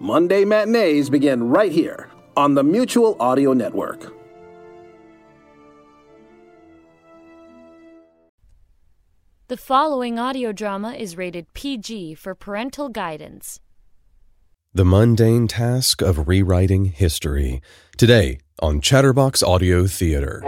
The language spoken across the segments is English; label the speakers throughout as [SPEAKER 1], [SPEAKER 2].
[SPEAKER 1] Monday matinees begin right here on the Mutual Audio Network.
[SPEAKER 2] The following audio drama is rated PG for parental guidance.
[SPEAKER 3] The mundane task of rewriting history. Today on Chatterbox Audio Theater.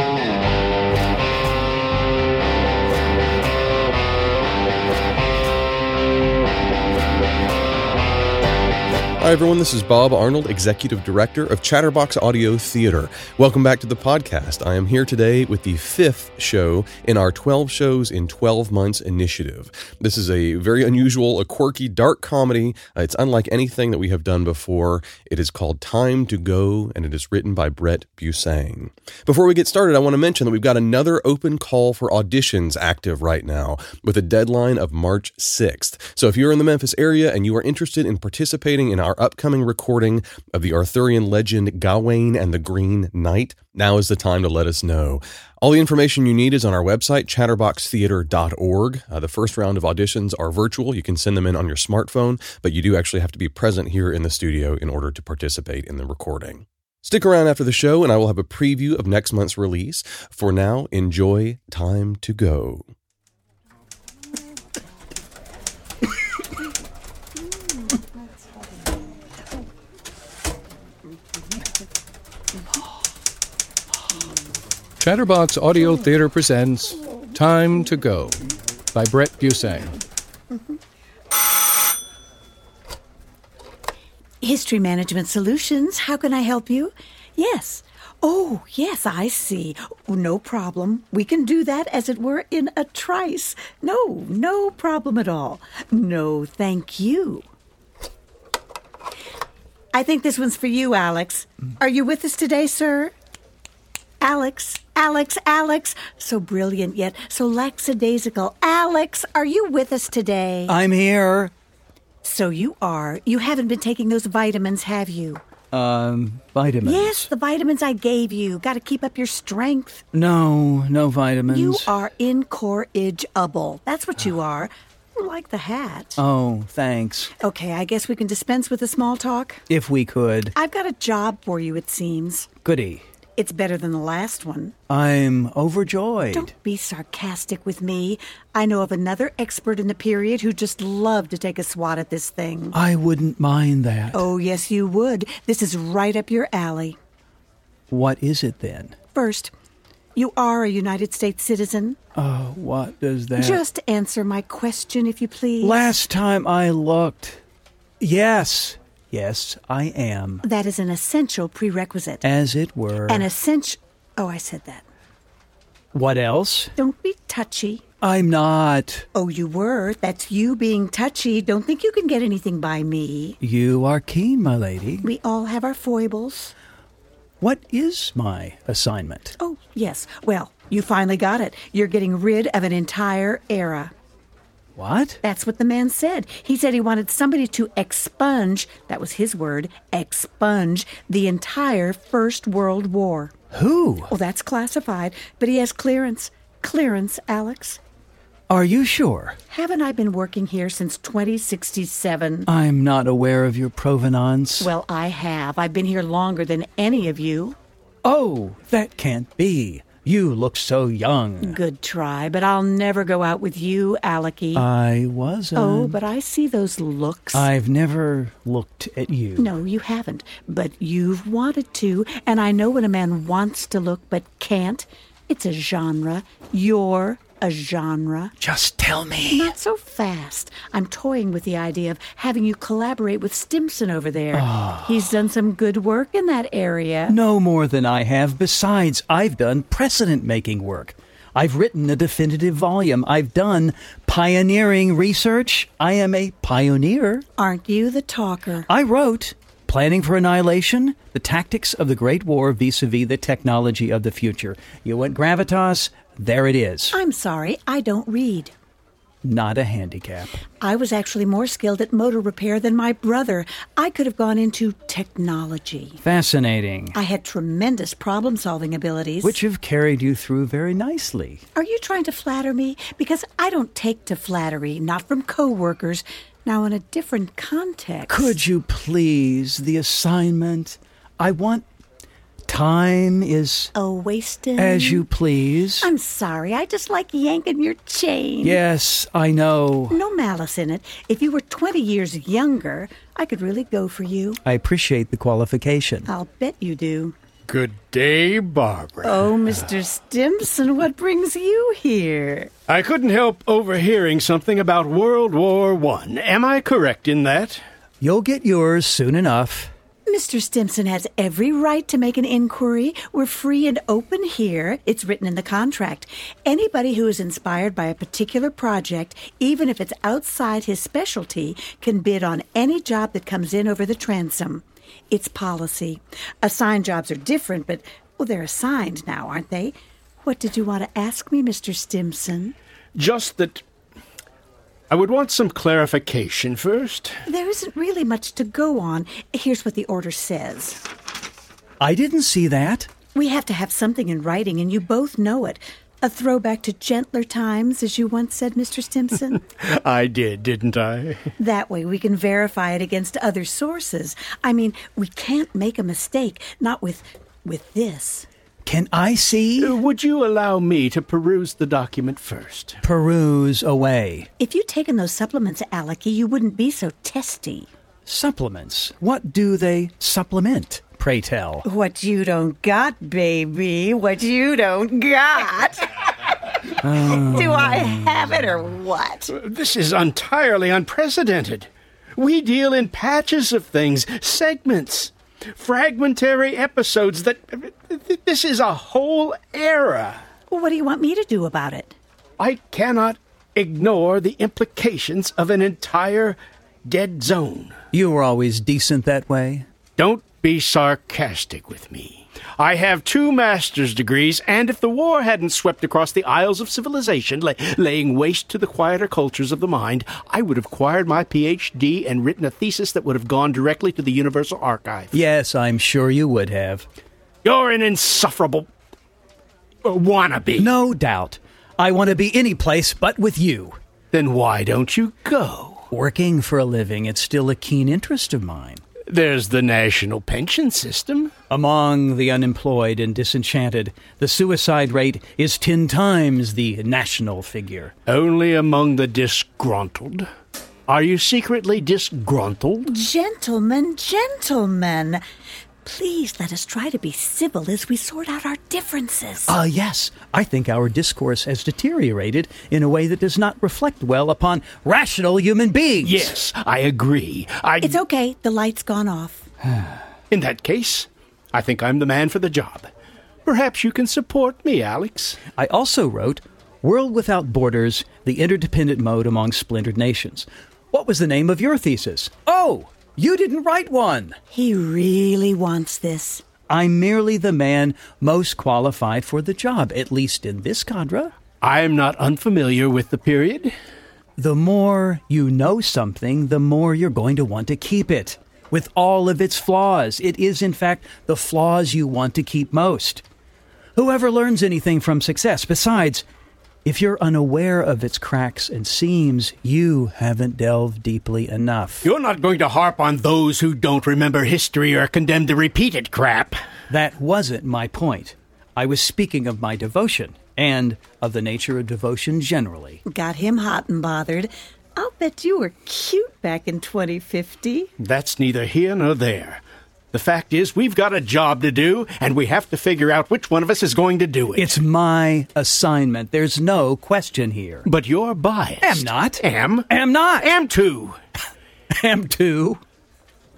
[SPEAKER 3] Hi, everyone. This is Bob Arnold, Executive Director of Chatterbox Audio Theater. Welcome back to the podcast. I am here today with the fifth show in our 12 Shows in 12 Months initiative. This is a very unusual, a quirky, dark comedy. Uh, It's unlike anything that we have done before. It is called Time to Go, and it is written by Brett Busang. Before we get started, I want to mention that we've got another open call for auditions active right now with a deadline of March 6th. So if you're in the Memphis area and you are interested in participating in our upcoming recording of the Arthurian legend Gawain and the Green Knight, now is the time to let us know. All the information you need is on our website, chatterboxtheater.org. Uh, the first round of auditions are virtual. You can send them in on your smartphone, but you do actually have to be present here in the studio in order to participate in the recording. Stick around after the show, and I will have a preview of next month's release. For now, enjoy Time to Go.
[SPEAKER 4] Chatterbox Audio Theater presents Time to Go by Brett Busang.
[SPEAKER 5] History Management Solutions, how can I help you? Yes. Oh, yes, I see. No problem. We can do that, as it were, in a trice. No, no problem at all. No, thank you. I think this one's for you, Alex. Are you with us today, sir? Alex, Alex, Alex. So brilliant yet so lackadaisical. Alex, are you with us today?
[SPEAKER 6] I'm here.
[SPEAKER 5] so you are. You haven't been taking those vitamins, have you?
[SPEAKER 6] Um, vitamins.
[SPEAKER 5] Yes, the vitamins I gave you. Got to keep up your strength.
[SPEAKER 6] No, no vitamins.
[SPEAKER 5] You are incorrigible. That's what you are. You Like the hat.
[SPEAKER 6] Oh, thanks.
[SPEAKER 5] Okay, I guess we can dispense with the small talk.
[SPEAKER 6] If we could.
[SPEAKER 5] I've got a job for you, it seems.
[SPEAKER 6] Goody.
[SPEAKER 5] It's better than the last one.
[SPEAKER 6] I'm overjoyed.
[SPEAKER 5] Don't be sarcastic with me. I know of another expert in the period who just loved to take a swat at this thing.
[SPEAKER 6] I wouldn't mind that.
[SPEAKER 5] Oh, yes, you would. This is right up your alley.
[SPEAKER 6] What is it then?
[SPEAKER 5] First, you are a United States citizen.
[SPEAKER 6] Oh, what does that?
[SPEAKER 5] Just answer my question, if you please.
[SPEAKER 6] Last time I looked. Yes. Yes, I am.
[SPEAKER 5] That is an essential prerequisite.
[SPEAKER 6] As it were.
[SPEAKER 5] An essential. Oh, I said that.
[SPEAKER 6] what else?
[SPEAKER 5] Don't be touchy.
[SPEAKER 6] I'm not.
[SPEAKER 5] Oh, you were. That's you being touchy. Don't think you can get anything by me.
[SPEAKER 6] You are keen, my lady.
[SPEAKER 5] We all have our foibles.
[SPEAKER 6] What is my assignment?
[SPEAKER 5] Oh, yes. Well, you finally got it. You're getting rid of an entire era.
[SPEAKER 6] What?
[SPEAKER 5] That's what the man said. He said he wanted somebody to expunge, that was his word, expunge the entire First World War.
[SPEAKER 6] Who?
[SPEAKER 5] Well, that's classified, but he has clearance. Clearance, Alex.
[SPEAKER 6] Are you sure?
[SPEAKER 5] Haven't I been working here since 2067?
[SPEAKER 6] I'm not aware of your provenance.
[SPEAKER 5] Well, I have. I've been here longer than any of you.
[SPEAKER 6] oh, that can't be. You look so young.
[SPEAKER 5] Good try, but I'll never go out with you, Alecky.
[SPEAKER 6] I wasn't.
[SPEAKER 5] oh, but I see those looks.
[SPEAKER 6] I've never looked at you.
[SPEAKER 5] no, you haven't, but you've wanted to, and I know when a man wants to look but can't. It's a genre. You're a genre.
[SPEAKER 6] Just tell me.
[SPEAKER 5] Not so fast. I'm toying with the idea of having you collaborate with Stimson over there. He's done some good work in that area.
[SPEAKER 6] No more than I have. Besides, I've done precedent making work. I've written a definitive volume. I've done pioneering research. I am a pioneer.
[SPEAKER 5] Aren't you the talker?
[SPEAKER 6] I wrote Planning for Annihilation The Tactics of the Great War vis a vis the Technology of the Future. You want gravitas? There it is.
[SPEAKER 5] I'm sorry, I don't read.
[SPEAKER 6] Not a handicap.
[SPEAKER 5] I was actually more skilled at motor repair than my brother. I could have gone into technology.
[SPEAKER 6] Fascinating.
[SPEAKER 5] I had tremendous problem solving abilities.
[SPEAKER 6] Which have carried you through very nicely.
[SPEAKER 5] are you trying to flatter me? Because I don't take to flattery, not from coworkers, Now, in a different context.
[SPEAKER 6] Could you please the assignment? I want time is
[SPEAKER 5] A wasted.
[SPEAKER 6] as you please.
[SPEAKER 5] I'm sorry. Mm. I just like yanking your chain.
[SPEAKER 6] yes, I know.
[SPEAKER 5] No malice in it. If you were 20 years younger, I could really go for you.
[SPEAKER 6] I appreciate the qualification.
[SPEAKER 5] I'll bet you do.
[SPEAKER 7] Good day, Barbara.
[SPEAKER 5] Oh, Mr. Stimson, what brings you here?
[SPEAKER 7] I couldn't help overhearing something about World War One. Am I correct in that?
[SPEAKER 6] You'll get yours soon enough.
[SPEAKER 5] Mr. Stimson has every right to make an inquiry. We're free and open here. It's written in the contract. Anybody who is inspired by a particular project, even if it's outside his specialty, can bid on any job that comes in over the transom. It's policy. Assigned jobs are different, but, well, they're assigned now, aren't they? What did you want to ask me, Mr. Stimson?
[SPEAKER 7] Just that I would want some clarification first.
[SPEAKER 5] There isn't really much to go on. Here's what the order says.
[SPEAKER 6] I didn't see that.
[SPEAKER 5] We have to have something in writing, and you both know it. A throwback to gentler times, as you once said, Mr. Stimson.
[SPEAKER 7] I did, didn't I?
[SPEAKER 5] that way we can verify it against other sources. I mean, we can't make a mistake, not with with this.
[SPEAKER 6] Can I see?
[SPEAKER 7] Uh, Would you allow me to peruse the document first?
[SPEAKER 6] Peruse away.
[SPEAKER 5] If you'd taken those supplements, Alecky, you wouldn't be so testy.
[SPEAKER 6] Supplements. What do they supplement, pray tell?
[SPEAKER 5] What you don't got, baby. What you don't got. Do I have it or what?
[SPEAKER 7] Uh, This is entirely unprecedented. We deal in patches of things, segments, fragmentary episodes that. uh, th- This is a whole era.
[SPEAKER 5] What do you want me to do about it?
[SPEAKER 7] I cannot ignore the implications of an entire dead zone.
[SPEAKER 6] You were always decent that way.
[SPEAKER 7] Don't be sarcastic with me. I have two master's degrees, and if the war hadn't swept across the isles of civilization, la- laying waste to the quieter cultures of the mind, I would have acquired my PhD and written a thesis that would have gone directly to the Universal Archive.
[SPEAKER 6] Yes, I'm sure you would have.
[SPEAKER 7] You're an insufferable uh, wannabe.
[SPEAKER 6] No doubt. I want to be any place but with you.
[SPEAKER 7] Then why don't you go?
[SPEAKER 6] Working for a living, it's still a keen interest of mine.
[SPEAKER 7] There's the national pension system.
[SPEAKER 6] Among the unemployed and disenchanted, the suicide rate is ten times the national figure.
[SPEAKER 7] Only among the disgruntled. Are you secretly disgruntled?
[SPEAKER 5] Gentlemen, gentlemen, please let us try to be civil as we sort out our differences.
[SPEAKER 6] Ah, yes, I think our discourse has deteriorated in a way that does not reflect well upon rational human beings.
[SPEAKER 7] Yes, I agree. I
[SPEAKER 5] it's okay, the light's gone off.
[SPEAKER 7] in that case, I think I'm the man for the job. Perhaps you can support me, Alex.
[SPEAKER 6] I also wrote World Without Borders The Interdependent Mode Among Splintered Nations. What was the name of your thesis? Oh, you didn't write one.
[SPEAKER 5] He really wants this.
[SPEAKER 6] I'm merely the man most qualified for the job, at least in this cadre.
[SPEAKER 7] I am not unfamiliar with the period.
[SPEAKER 6] The more you know something, the more you're going to want to keep it. With all of its flaws, it is, in fact, the flaws you want to keep most. Whoever learns anything from success, besides, if you're unaware of its cracks and seams, you haven't delved deeply enough.
[SPEAKER 7] You're not going to harp on those who don't remember history or condemn the repeated crap.
[SPEAKER 6] That wasn't my point. I was speaking of my devotion and of the nature of devotion generally.
[SPEAKER 5] Got him hot and bothered. I'll bet you were cute back in 2050.
[SPEAKER 7] That's neither here nor there. The fact is, we've got a job to do, and we have to figure out which one of us is going to do it.
[SPEAKER 6] It's my assignment. There's no question here.
[SPEAKER 7] But you're biased.
[SPEAKER 6] Am not.
[SPEAKER 7] Am.
[SPEAKER 6] Am not.
[SPEAKER 7] Am too.
[SPEAKER 6] Am too.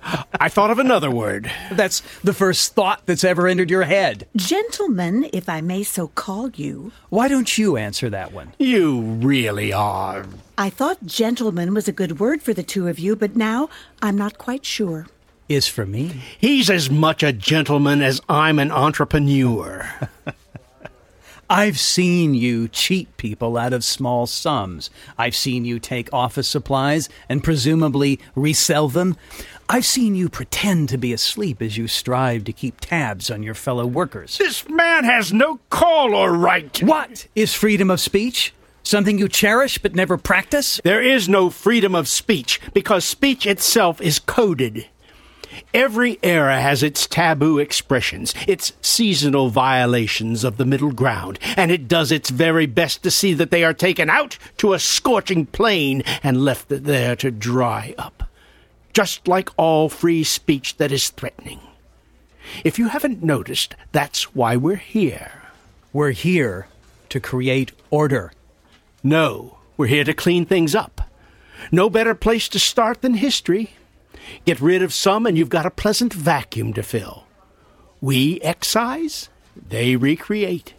[SPEAKER 7] I thought of another word.
[SPEAKER 6] That's the first thought that's ever entered your head.
[SPEAKER 5] Gentlemen, if I may so call you,
[SPEAKER 6] Why don't you answer that one?
[SPEAKER 7] You really are.
[SPEAKER 5] I thought gentleman was a good word for the two of you, but now I'm not quite sure.
[SPEAKER 6] Is for me.
[SPEAKER 7] He's as much a gentleman as I'm an entrepreneur.
[SPEAKER 6] I've seen you cheat people out of small sums. I've seen you take office supplies and presumably resell them. I've seen you pretend to be asleep as you strive to keep tabs on your fellow workers.
[SPEAKER 7] This man has no call or right.
[SPEAKER 6] What is freedom of speech? Something you cherish but never practice?
[SPEAKER 7] There is no freedom of speech because speech itself is coded. Every era has its taboo expressions, its seasonal violations of the middle ground, and it does its very best to see that they are taken out to a scorching plain and left there to dry up. Just like all free speech that is threatening. If you haven't noticed, that's why we're here.
[SPEAKER 6] We're here to create order.
[SPEAKER 7] No, we're here to clean things up. No better place to start than history. Get rid of some, and you've got a pleasant vacuum to fill. We excise, they recreate.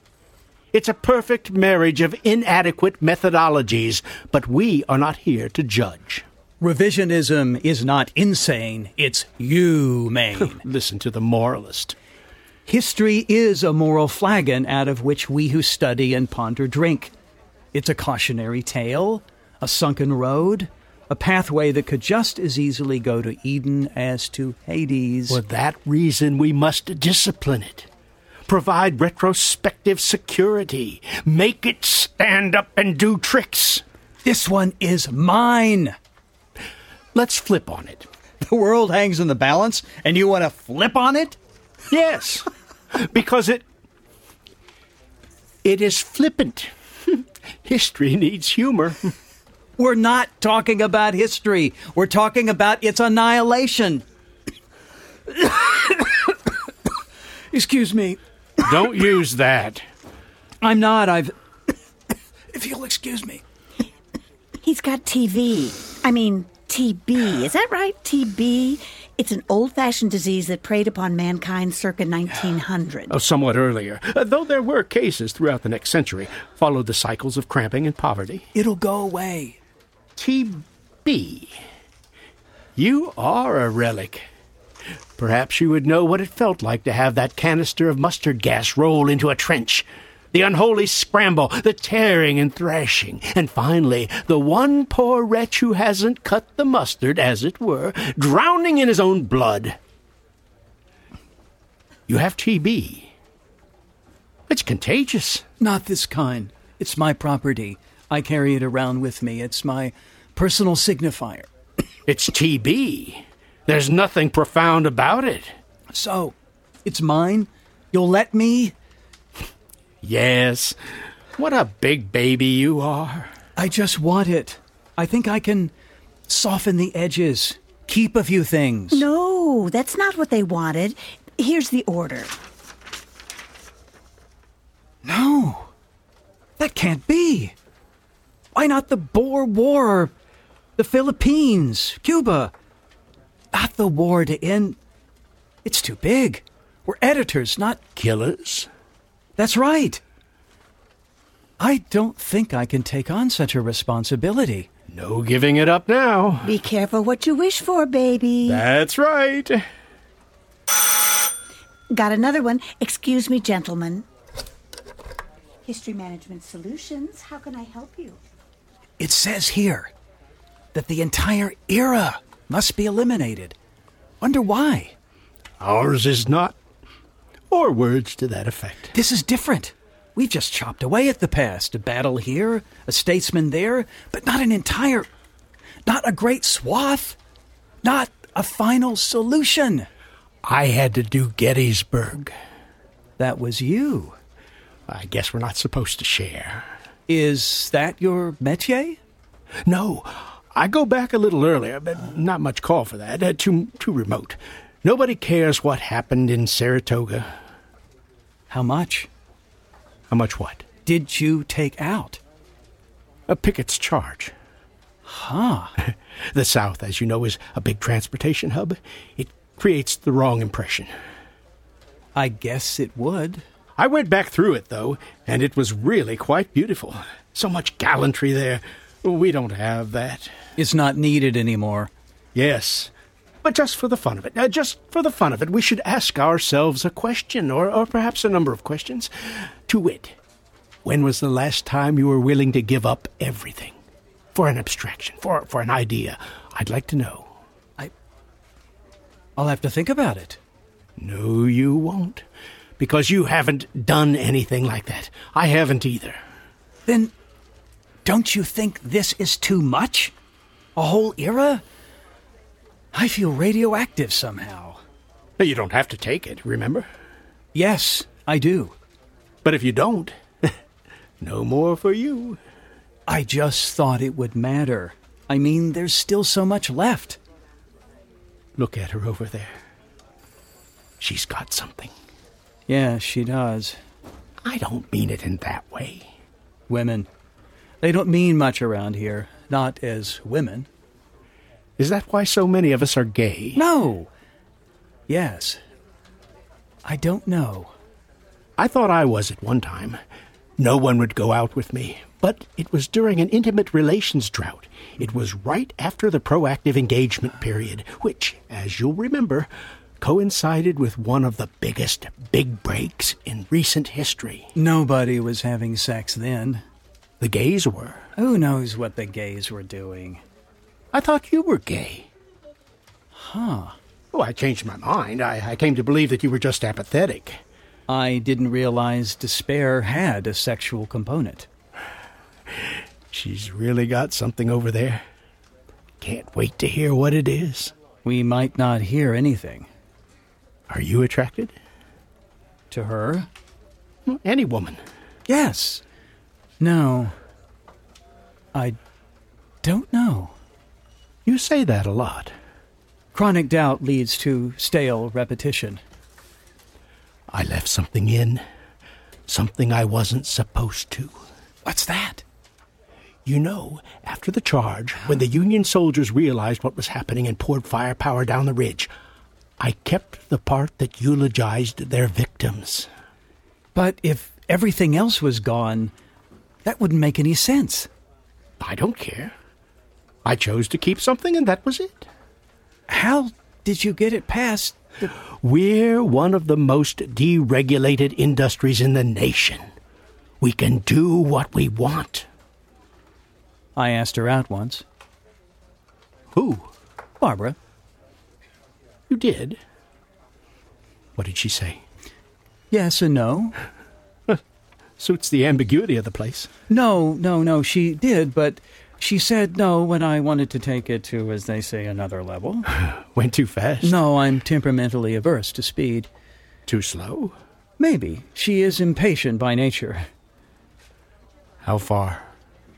[SPEAKER 7] It's a perfect marriage of inadequate methodologies, but we are not here to judge.
[SPEAKER 6] Revisionism is not insane, it's humane.
[SPEAKER 7] Listen to the moralist.
[SPEAKER 6] History is a moral flagon out of which we who study and ponder drink. It's a cautionary tale, a sunken road, a pathway that could just as easily go to Eden as to Hades.
[SPEAKER 7] For that reason, we must discipline it. Provide retrospective security. Make it stand up and do tricks.
[SPEAKER 6] This one is mine.
[SPEAKER 7] Let's flip on it.
[SPEAKER 6] The world hangs in the balance, and you want to flip on it?
[SPEAKER 7] Yes, because it. It is flippant. History needs humor.
[SPEAKER 6] We're not talking about history. We're talking about its annihilation. Excuse me.
[SPEAKER 7] Don't use that.
[SPEAKER 6] I'm not. I've. if you'll excuse me.
[SPEAKER 5] He's got TV. I mean, TB. Is that right? TB? It's an old fashioned disease that preyed upon mankind circa 1900.
[SPEAKER 7] Oh, somewhat earlier, uh, though there were cases throughout the next century, followed the cycles of cramping and poverty.
[SPEAKER 6] It'll go away.
[SPEAKER 7] TB. You are a relic. Perhaps you would know what it felt like to have that canister of mustard gas roll into a trench. The unholy scramble, the tearing and thrashing, and finally, the one poor wretch who hasn't cut the mustard, as it were, drowning in his own blood. You have TB. It's contagious.
[SPEAKER 6] Not this kind. It's my property. I carry it around with me. It's my personal signifier.
[SPEAKER 7] It's TB. There's nothing profound about it.
[SPEAKER 6] So, it's mine. You'll let me?
[SPEAKER 7] Yes. What a big baby you are.
[SPEAKER 6] I just want it. I think I can soften the edges, keep a few things.
[SPEAKER 5] No, that's not what they wanted. Here's the order.
[SPEAKER 6] No. That can't be. Why not the Boer War? The Philippines, Cuba. Not the war to end. It's too big. We're editors, not.
[SPEAKER 7] Killers?
[SPEAKER 6] That's right. I don't think I can take on such a responsibility.
[SPEAKER 7] No giving it up now.
[SPEAKER 5] Be careful what you wish for, baby.
[SPEAKER 7] That's right.
[SPEAKER 5] Got another one. Excuse me, gentlemen. History Management Solutions, how can I help you?
[SPEAKER 6] It says here that the entire era must be eliminated. Wonder why?
[SPEAKER 7] Ours is not. Or words to that effect.
[SPEAKER 6] This is different. We've just chopped away at the past. A battle here, a statesman there, but not an entire. Not a great swath. Not a final solution.
[SPEAKER 7] I had to do Gettysburg.
[SPEAKER 6] That was you.
[SPEAKER 7] I guess we're not supposed to share.
[SPEAKER 6] Is that your métier?
[SPEAKER 7] No, I go back a little earlier, but not much call for that. Uh, too too remote. Nobody cares what happened in Saratoga.
[SPEAKER 6] How much
[SPEAKER 7] How much what?
[SPEAKER 6] did you take out?
[SPEAKER 7] A Pickett's charge.
[SPEAKER 6] Huh.
[SPEAKER 7] The South, as you know, is a big transportation hub. It creates the wrong impression.
[SPEAKER 6] I guess it would.
[SPEAKER 7] I went back through it, though, and it was really quite beautiful. So much gallantry there. We don't have that.
[SPEAKER 6] It's not needed anymore.
[SPEAKER 7] Yes. But just for the fun of it, uh, just for the fun of it, we should ask ourselves a question, or, or perhaps a number of questions. To wit, when was the last time you were willing to give up everything? For an abstraction, for, for an idea. I'd like to know.
[SPEAKER 6] I'll have to think about it.
[SPEAKER 7] No, you won't. Because you haven't done anything like that. I haven't either.
[SPEAKER 6] Then Don't you think this is too much? A whole era? I feel radioactive somehow.
[SPEAKER 7] Now, you don't have to take it, remember?
[SPEAKER 6] Yes, I do.
[SPEAKER 7] But if you don't, no more for you.
[SPEAKER 6] I just thought it would matter. I mean, there's still so much left.
[SPEAKER 7] Look at her over there. She's got something.
[SPEAKER 6] Yeah, she does.
[SPEAKER 7] I don't mean it in that way.
[SPEAKER 6] Women. They don't mean much around here. Not as women.
[SPEAKER 7] Is that why so many of us are gay?
[SPEAKER 6] No! Yes. I don't know.
[SPEAKER 7] I thought I was at one time. No one would go out with me. But it was during an intimate relations drought. It was right after the proactive engagement period, which, as you'll remember, coincided with one of the biggest big breaks in recent history.
[SPEAKER 6] Nobody was having sex then.
[SPEAKER 7] The gays were.
[SPEAKER 6] Who knows what the gays were doing?
[SPEAKER 7] I thought you were gay.
[SPEAKER 6] Huh.
[SPEAKER 7] Oh, I changed my mind. I, I came to believe that you were just apathetic.
[SPEAKER 6] I didn't realize despair had a sexual component.
[SPEAKER 7] She's really got something over there. Can't wait to hear what it is.
[SPEAKER 6] We might not hear anything.
[SPEAKER 7] Are you attracted?
[SPEAKER 6] To her?
[SPEAKER 7] Any woman.
[SPEAKER 6] Yes. No. I don't know.
[SPEAKER 7] You say that a lot.
[SPEAKER 6] Chronic doubt leads to stale repetition.
[SPEAKER 7] I left something in. Something I wasn't supposed to.
[SPEAKER 6] What's that?
[SPEAKER 7] You know, after the charge, when the Union soldiers realized what was happening and poured firepower down the ridge, I kept the part that eulogized their victims.
[SPEAKER 6] But if everything else was gone, that wouldn't make any sense.
[SPEAKER 7] I don't care. I chose to keep something, and that was it.
[SPEAKER 6] How did you get it past the.
[SPEAKER 7] We're one of the most deregulated industries in the nation. We can do what we want.
[SPEAKER 6] I asked her out once.
[SPEAKER 7] Who?
[SPEAKER 6] Barbara.
[SPEAKER 7] You did? What did she say?
[SPEAKER 6] Yes and no.
[SPEAKER 7] Suits the ambiguity of the place.
[SPEAKER 6] No, no, no, she did, but she said no when I wanted to take it to, as they say, another level.
[SPEAKER 7] Went too fast?
[SPEAKER 6] No, I'm temperamentally averse to speed.
[SPEAKER 7] Too slow?
[SPEAKER 6] Maybe. She is impatient by nature.
[SPEAKER 7] How far?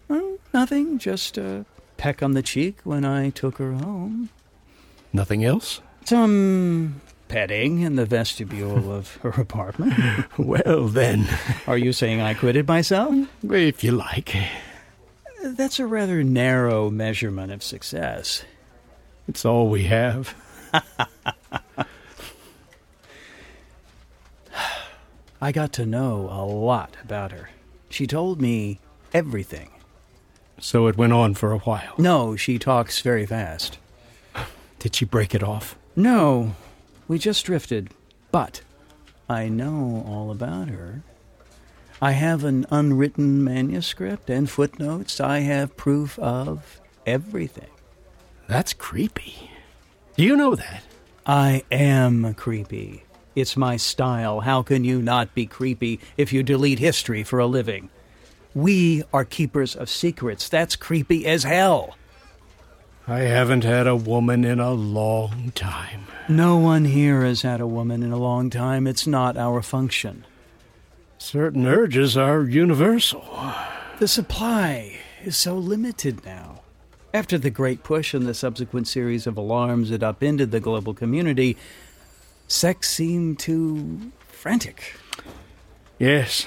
[SPEAKER 6] Mm, nothing, just a peck on the cheek when I took her home.
[SPEAKER 7] Nothing else?
[SPEAKER 6] Some petting in the vestibule of her apartment.
[SPEAKER 7] Well, then,
[SPEAKER 6] Are you saying I quitted myself?
[SPEAKER 7] if you like.
[SPEAKER 6] That's a rather narrow measurement of success.
[SPEAKER 7] It's all we have.
[SPEAKER 6] I got to know a lot about her. She told me everything.
[SPEAKER 7] So it went on for a while.
[SPEAKER 6] No, she talks very fast.
[SPEAKER 7] Did she break it off?
[SPEAKER 6] No, we just drifted. But I know all about her. I have an unwritten manuscript and footnotes. I have proof of everything.
[SPEAKER 7] That's creepy. Do you know that?
[SPEAKER 6] I am creepy. It's my style. How can you not be creepy if you delete history for a living? We are keepers of secrets. That's creepy as hell.
[SPEAKER 7] I haven't had a woman in a long time.
[SPEAKER 6] No one here has had a woman in a long time. It's not our function.
[SPEAKER 7] Certain urges are universal.
[SPEAKER 6] The supply is so limited now. After the great push and the subsequent series of alarms that upended the global community, sex seemed too frantic.
[SPEAKER 7] Yes.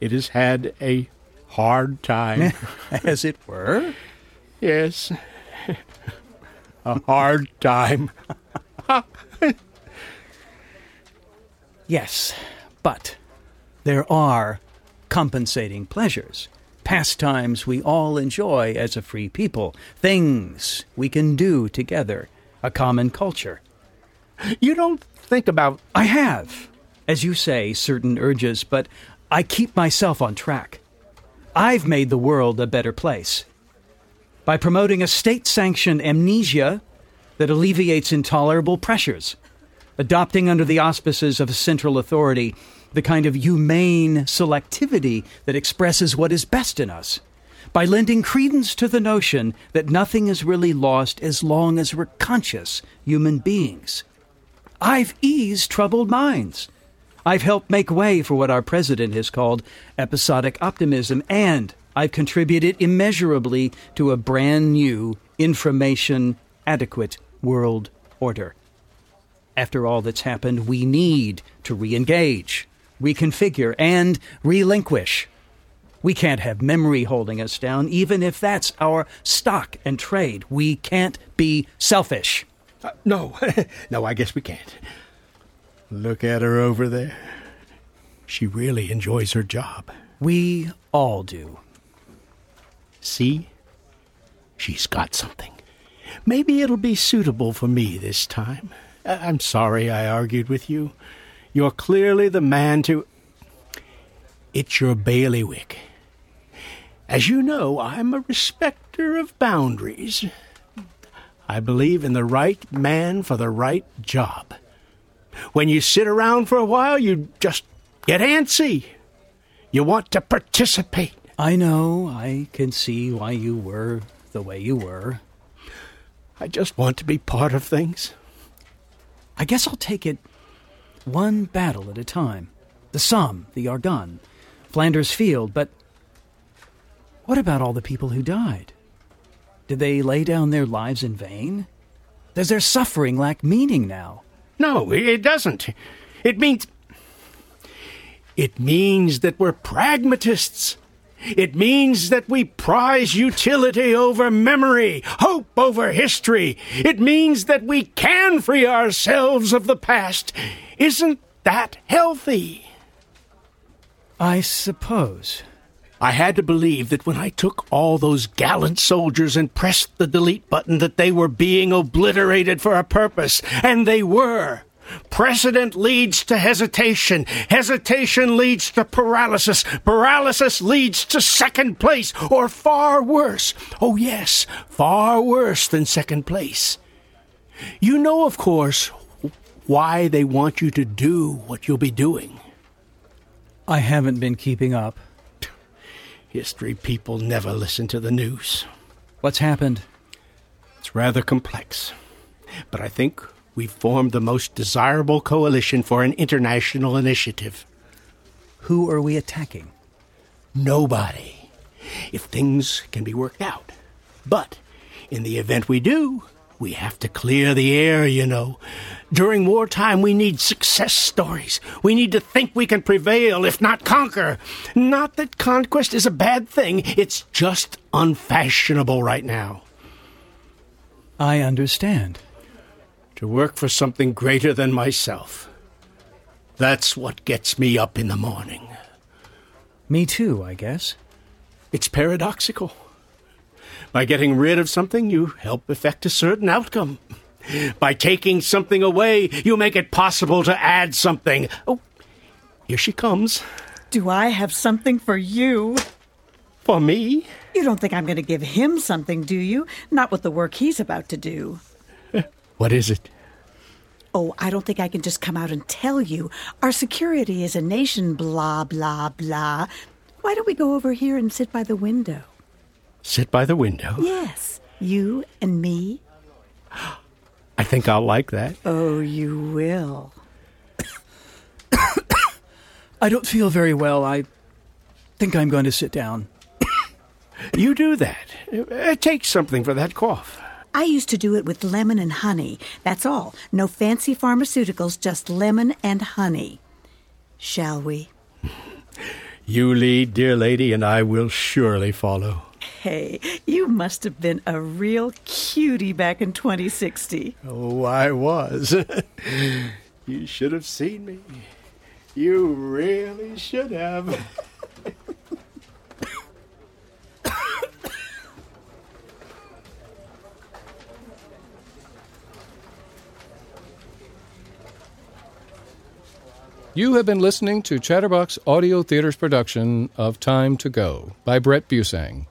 [SPEAKER 7] It has had a hard time.
[SPEAKER 6] As it were.
[SPEAKER 7] yes. a hard time.
[SPEAKER 6] Yes, but there are compensating pleasures, pastimes we all enjoy as a free people, things we can do together, a common culture.
[SPEAKER 7] You don't think about.
[SPEAKER 6] I have, as you say, certain urges, but I keep myself on track. I've made the world a better place by promoting a state sanctioned amnesia that alleviates intolerable pressures, adopting under the auspices of a central authority the kind of humane selectivity that expresses what is best in us, by lending credence to the notion that nothing is really lost as long as we're conscious human beings. I've eased troubled minds. I've helped make way for what our president has called episodic optimism, and I've contributed immeasurably to a brand new, information adequate world order. After all that's happened, we need to re engage, reconfigure, and relinquish. We can't have memory holding us down, even if that's our stock and trade. We can't be selfish.
[SPEAKER 7] Uh, no, no, I guess we can't. Look at her over there. She really enjoys her job.
[SPEAKER 6] We all do.
[SPEAKER 7] See? She's got something. Maybe it'll be suitable for me this time. I- I'm sorry I argued with you. You're clearly the man to. It's your bailiwick. As you know, I'm a respecter of boundaries. I believe in the right man for the right job. When you sit around for a while, you just get antsy. You want to participate.
[SPEAKER 6] I know, I can see why you were the way you were.
[SPEAKER 7] I just want to be part of things.
[SPEAKER 6] I guess I'll take it one battle at a time. The Somme, the Argonne, Flanders Field, but what about all the people who died? Did they lay down their lives in vain? Does their suffering lack meaning now?
[SPEAKER 7] No, it doesn't. It means. It means that we're pragmatists. It means that we prize utility over memory, hope over history. It means that we can free ourselves of the past. Isn't that healthy?
[SPEAKER 6] I suppose.
[SPEAKER 7] I had to believe that when I took all those gallant soldiers and pressed the delete button that they were being obliterated for a purpose, and they were. Precedent leads to hesitation. Hesitation leads to paralysis. Paralysis leads to second place, or far worse. Oh, yes, far worse than second place. You know, of course, why they want you to do what you'll be doing.
[SPEAKER 6] I haven't been keeping up.
[SPEAKER 7] History people never listen to the news.
[SPEAKER 6] What's happened?
[SPEAKER 7] It's rather complex, but I think we've formed the most desirable coalition for an international initiative.
[SPEAKER 6] Who are we attacking?
[SPEAKER 7] Nobody, if things can be worked out. But in the event we do, we have to clear the air, you know. During wartime, we need success stories. We need to think we can prevail, if not conquer. Not that conquest is a bad thing, it's just unfashionable right now.
[SPEAKER 6] I understand.
[SPEAKER 7] to work for something greater than myself. That's what gets me up in the morning.
[SPEAKER 6] Me too, I guess.
[SPEAKER 7] It's paradoxical. By getting rid of something, you help effect a certain outcome. By taking something away, you make it possible to add something. Oh, here she comes.
[SPEAKER 5] Do I have something for you?
[SPEAKER 7] For me?
[SPEAKER 5] You don't think I'm going to give him something, do you? Not with the work he's about to do.
[SPEAKER 7] What is it?
[SPEAKER 5] Oh, I don't think I can just come out and tell you. Our security is a nation, blah, blah, blah. Why don't we go over here and sit by the window?
[SPEAKER 7] Sit by the window.
[SPEAKER 5] Yes, you and me.
[SPEAKER 7] I think I'll like that.
[SPEAKER 5] Oh, you will.
[SPEAKER 6] I don't feel very well. I think I'm going to sit down.
[SPEAKER 7] You do that. Uh, Take something for that cough.
[SPEAKER 5] I used to do it with lemon and honey. That's all. No fancy pharmaceuticals, just lemon and honey. Shall we?
[SPEAKER 7] You lead, dear lady, and I will surely follow.
[SPEAKER 5] Hey, you must have been a real cutie back in 2060.
[SPEAKER 7] Oh, I was. you should have seen me. You really should have.
[SPEAKER 4] You have been listening to Chatterbox Audio Theater's production of Time to Go by Brett Busang,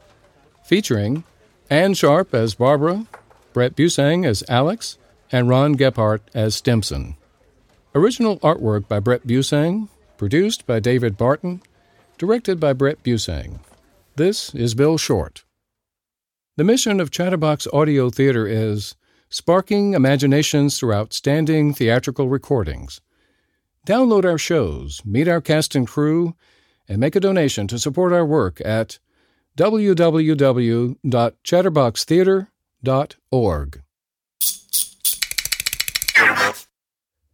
[SPEAKER 4] featuring Anne Sharp as Barbara, Brett Busang as Alex, and Ron Gephardt as Stimson. Original artwork by Brett Busang, produced by David Barton, directed by Brett Busang. This is Bill Short. The mission of Chatterbox Audio Theater is sparking imaginations through outstanding theatrical recordings. Download our shows, meet our cast and crew, and make a donation to support our work at www.chatterboxtheater.org.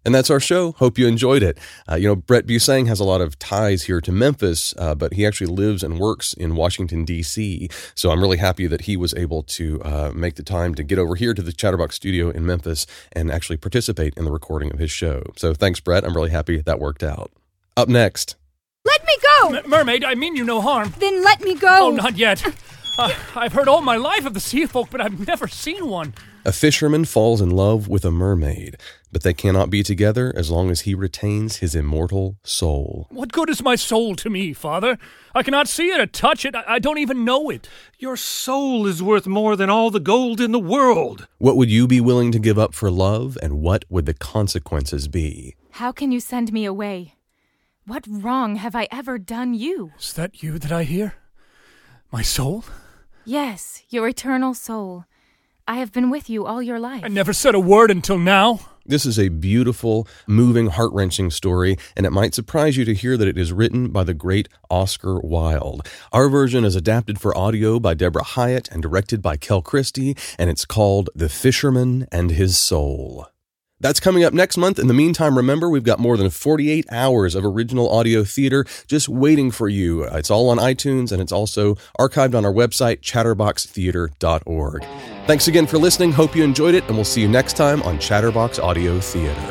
[SPEAKER 3] And that's our show. Hope you enjoyed it. Uh, you know, Brett Busang has a lot of ties here to Memphis, uh, but he actually lives and works in Washington, D.C. So I'm really happy that he was able to uh, make the time to get over here to the Chatterbox studio in Memphis and actually participate in the recording of his show. So thanks, Brett. I'm really happy that worked out. Up next.
[SPEAKER 8] Let me go!
[SPEAKER 9] M- mermaid, I mean you no harm.
[SPEAKER 8] Then let me go!
[SPEAKER 9] Oh, not yet. Uh, I've heard all my life of the sea folk, but I've never seen one.
[SPEAKER 3] A fisherman falls in love with a mermaid, but they cannot be together as long as he retains his immortal soul.
[SPEAKER 9] What good is my soul to me, Father? I cannot see it or touch it. I, I don't even know it.
[SPEAKER 10] Your soul is worth more than all the gold in the world.
[SPEAKER 3] What would you be willing to give up for love, and what would the consequences be?
[SPEAKER 11] How can you send me away? What wrong have I ever done you?
[SPEAKER 9] Is that you that I hear? My soul?
[SPEAKER 11] Yes, your eternal soul. I have been with you all your life.
[SPEAKER 9] I never said a word until now.
[SPEAKER 3] This is a beautiful, moving, heart wrenching story, and it might surprise you to hear that it is written by the great Oscar Wilde. Our version is adapted for audio by Deborah Hyatt and directed by Kel Christie, and it's called The Fisherman and His Soul. That's coming up next month. In the meantime, remember, we've got more than 48 hours of original audio theater just waiting for you. It's all on iTunes and it's also archived on our website, chatterboxtheater.org. Thanks again for listening. Hope you enjoyed it, and we'll see you next time on Chatterbox Audio Theater.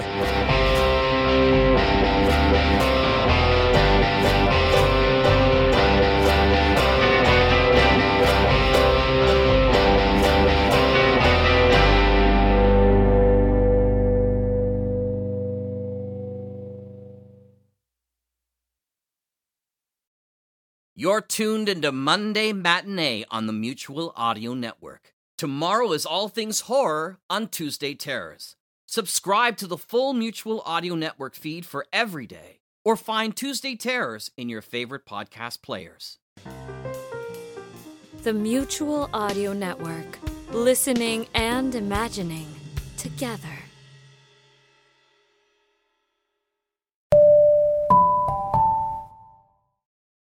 [SPEAKER 12] You're tuned into Monday Matinee on the Mutual Audio Network. Tomorrow is All Things Horror on Tuesday Terrors. Subscribe to the full Mutual Audio Network feed for every day, or find Tuesday Terrors in your favorite podcast players.
[SPEAKER 2] The Mutual Audio Network. Listening and imagining together.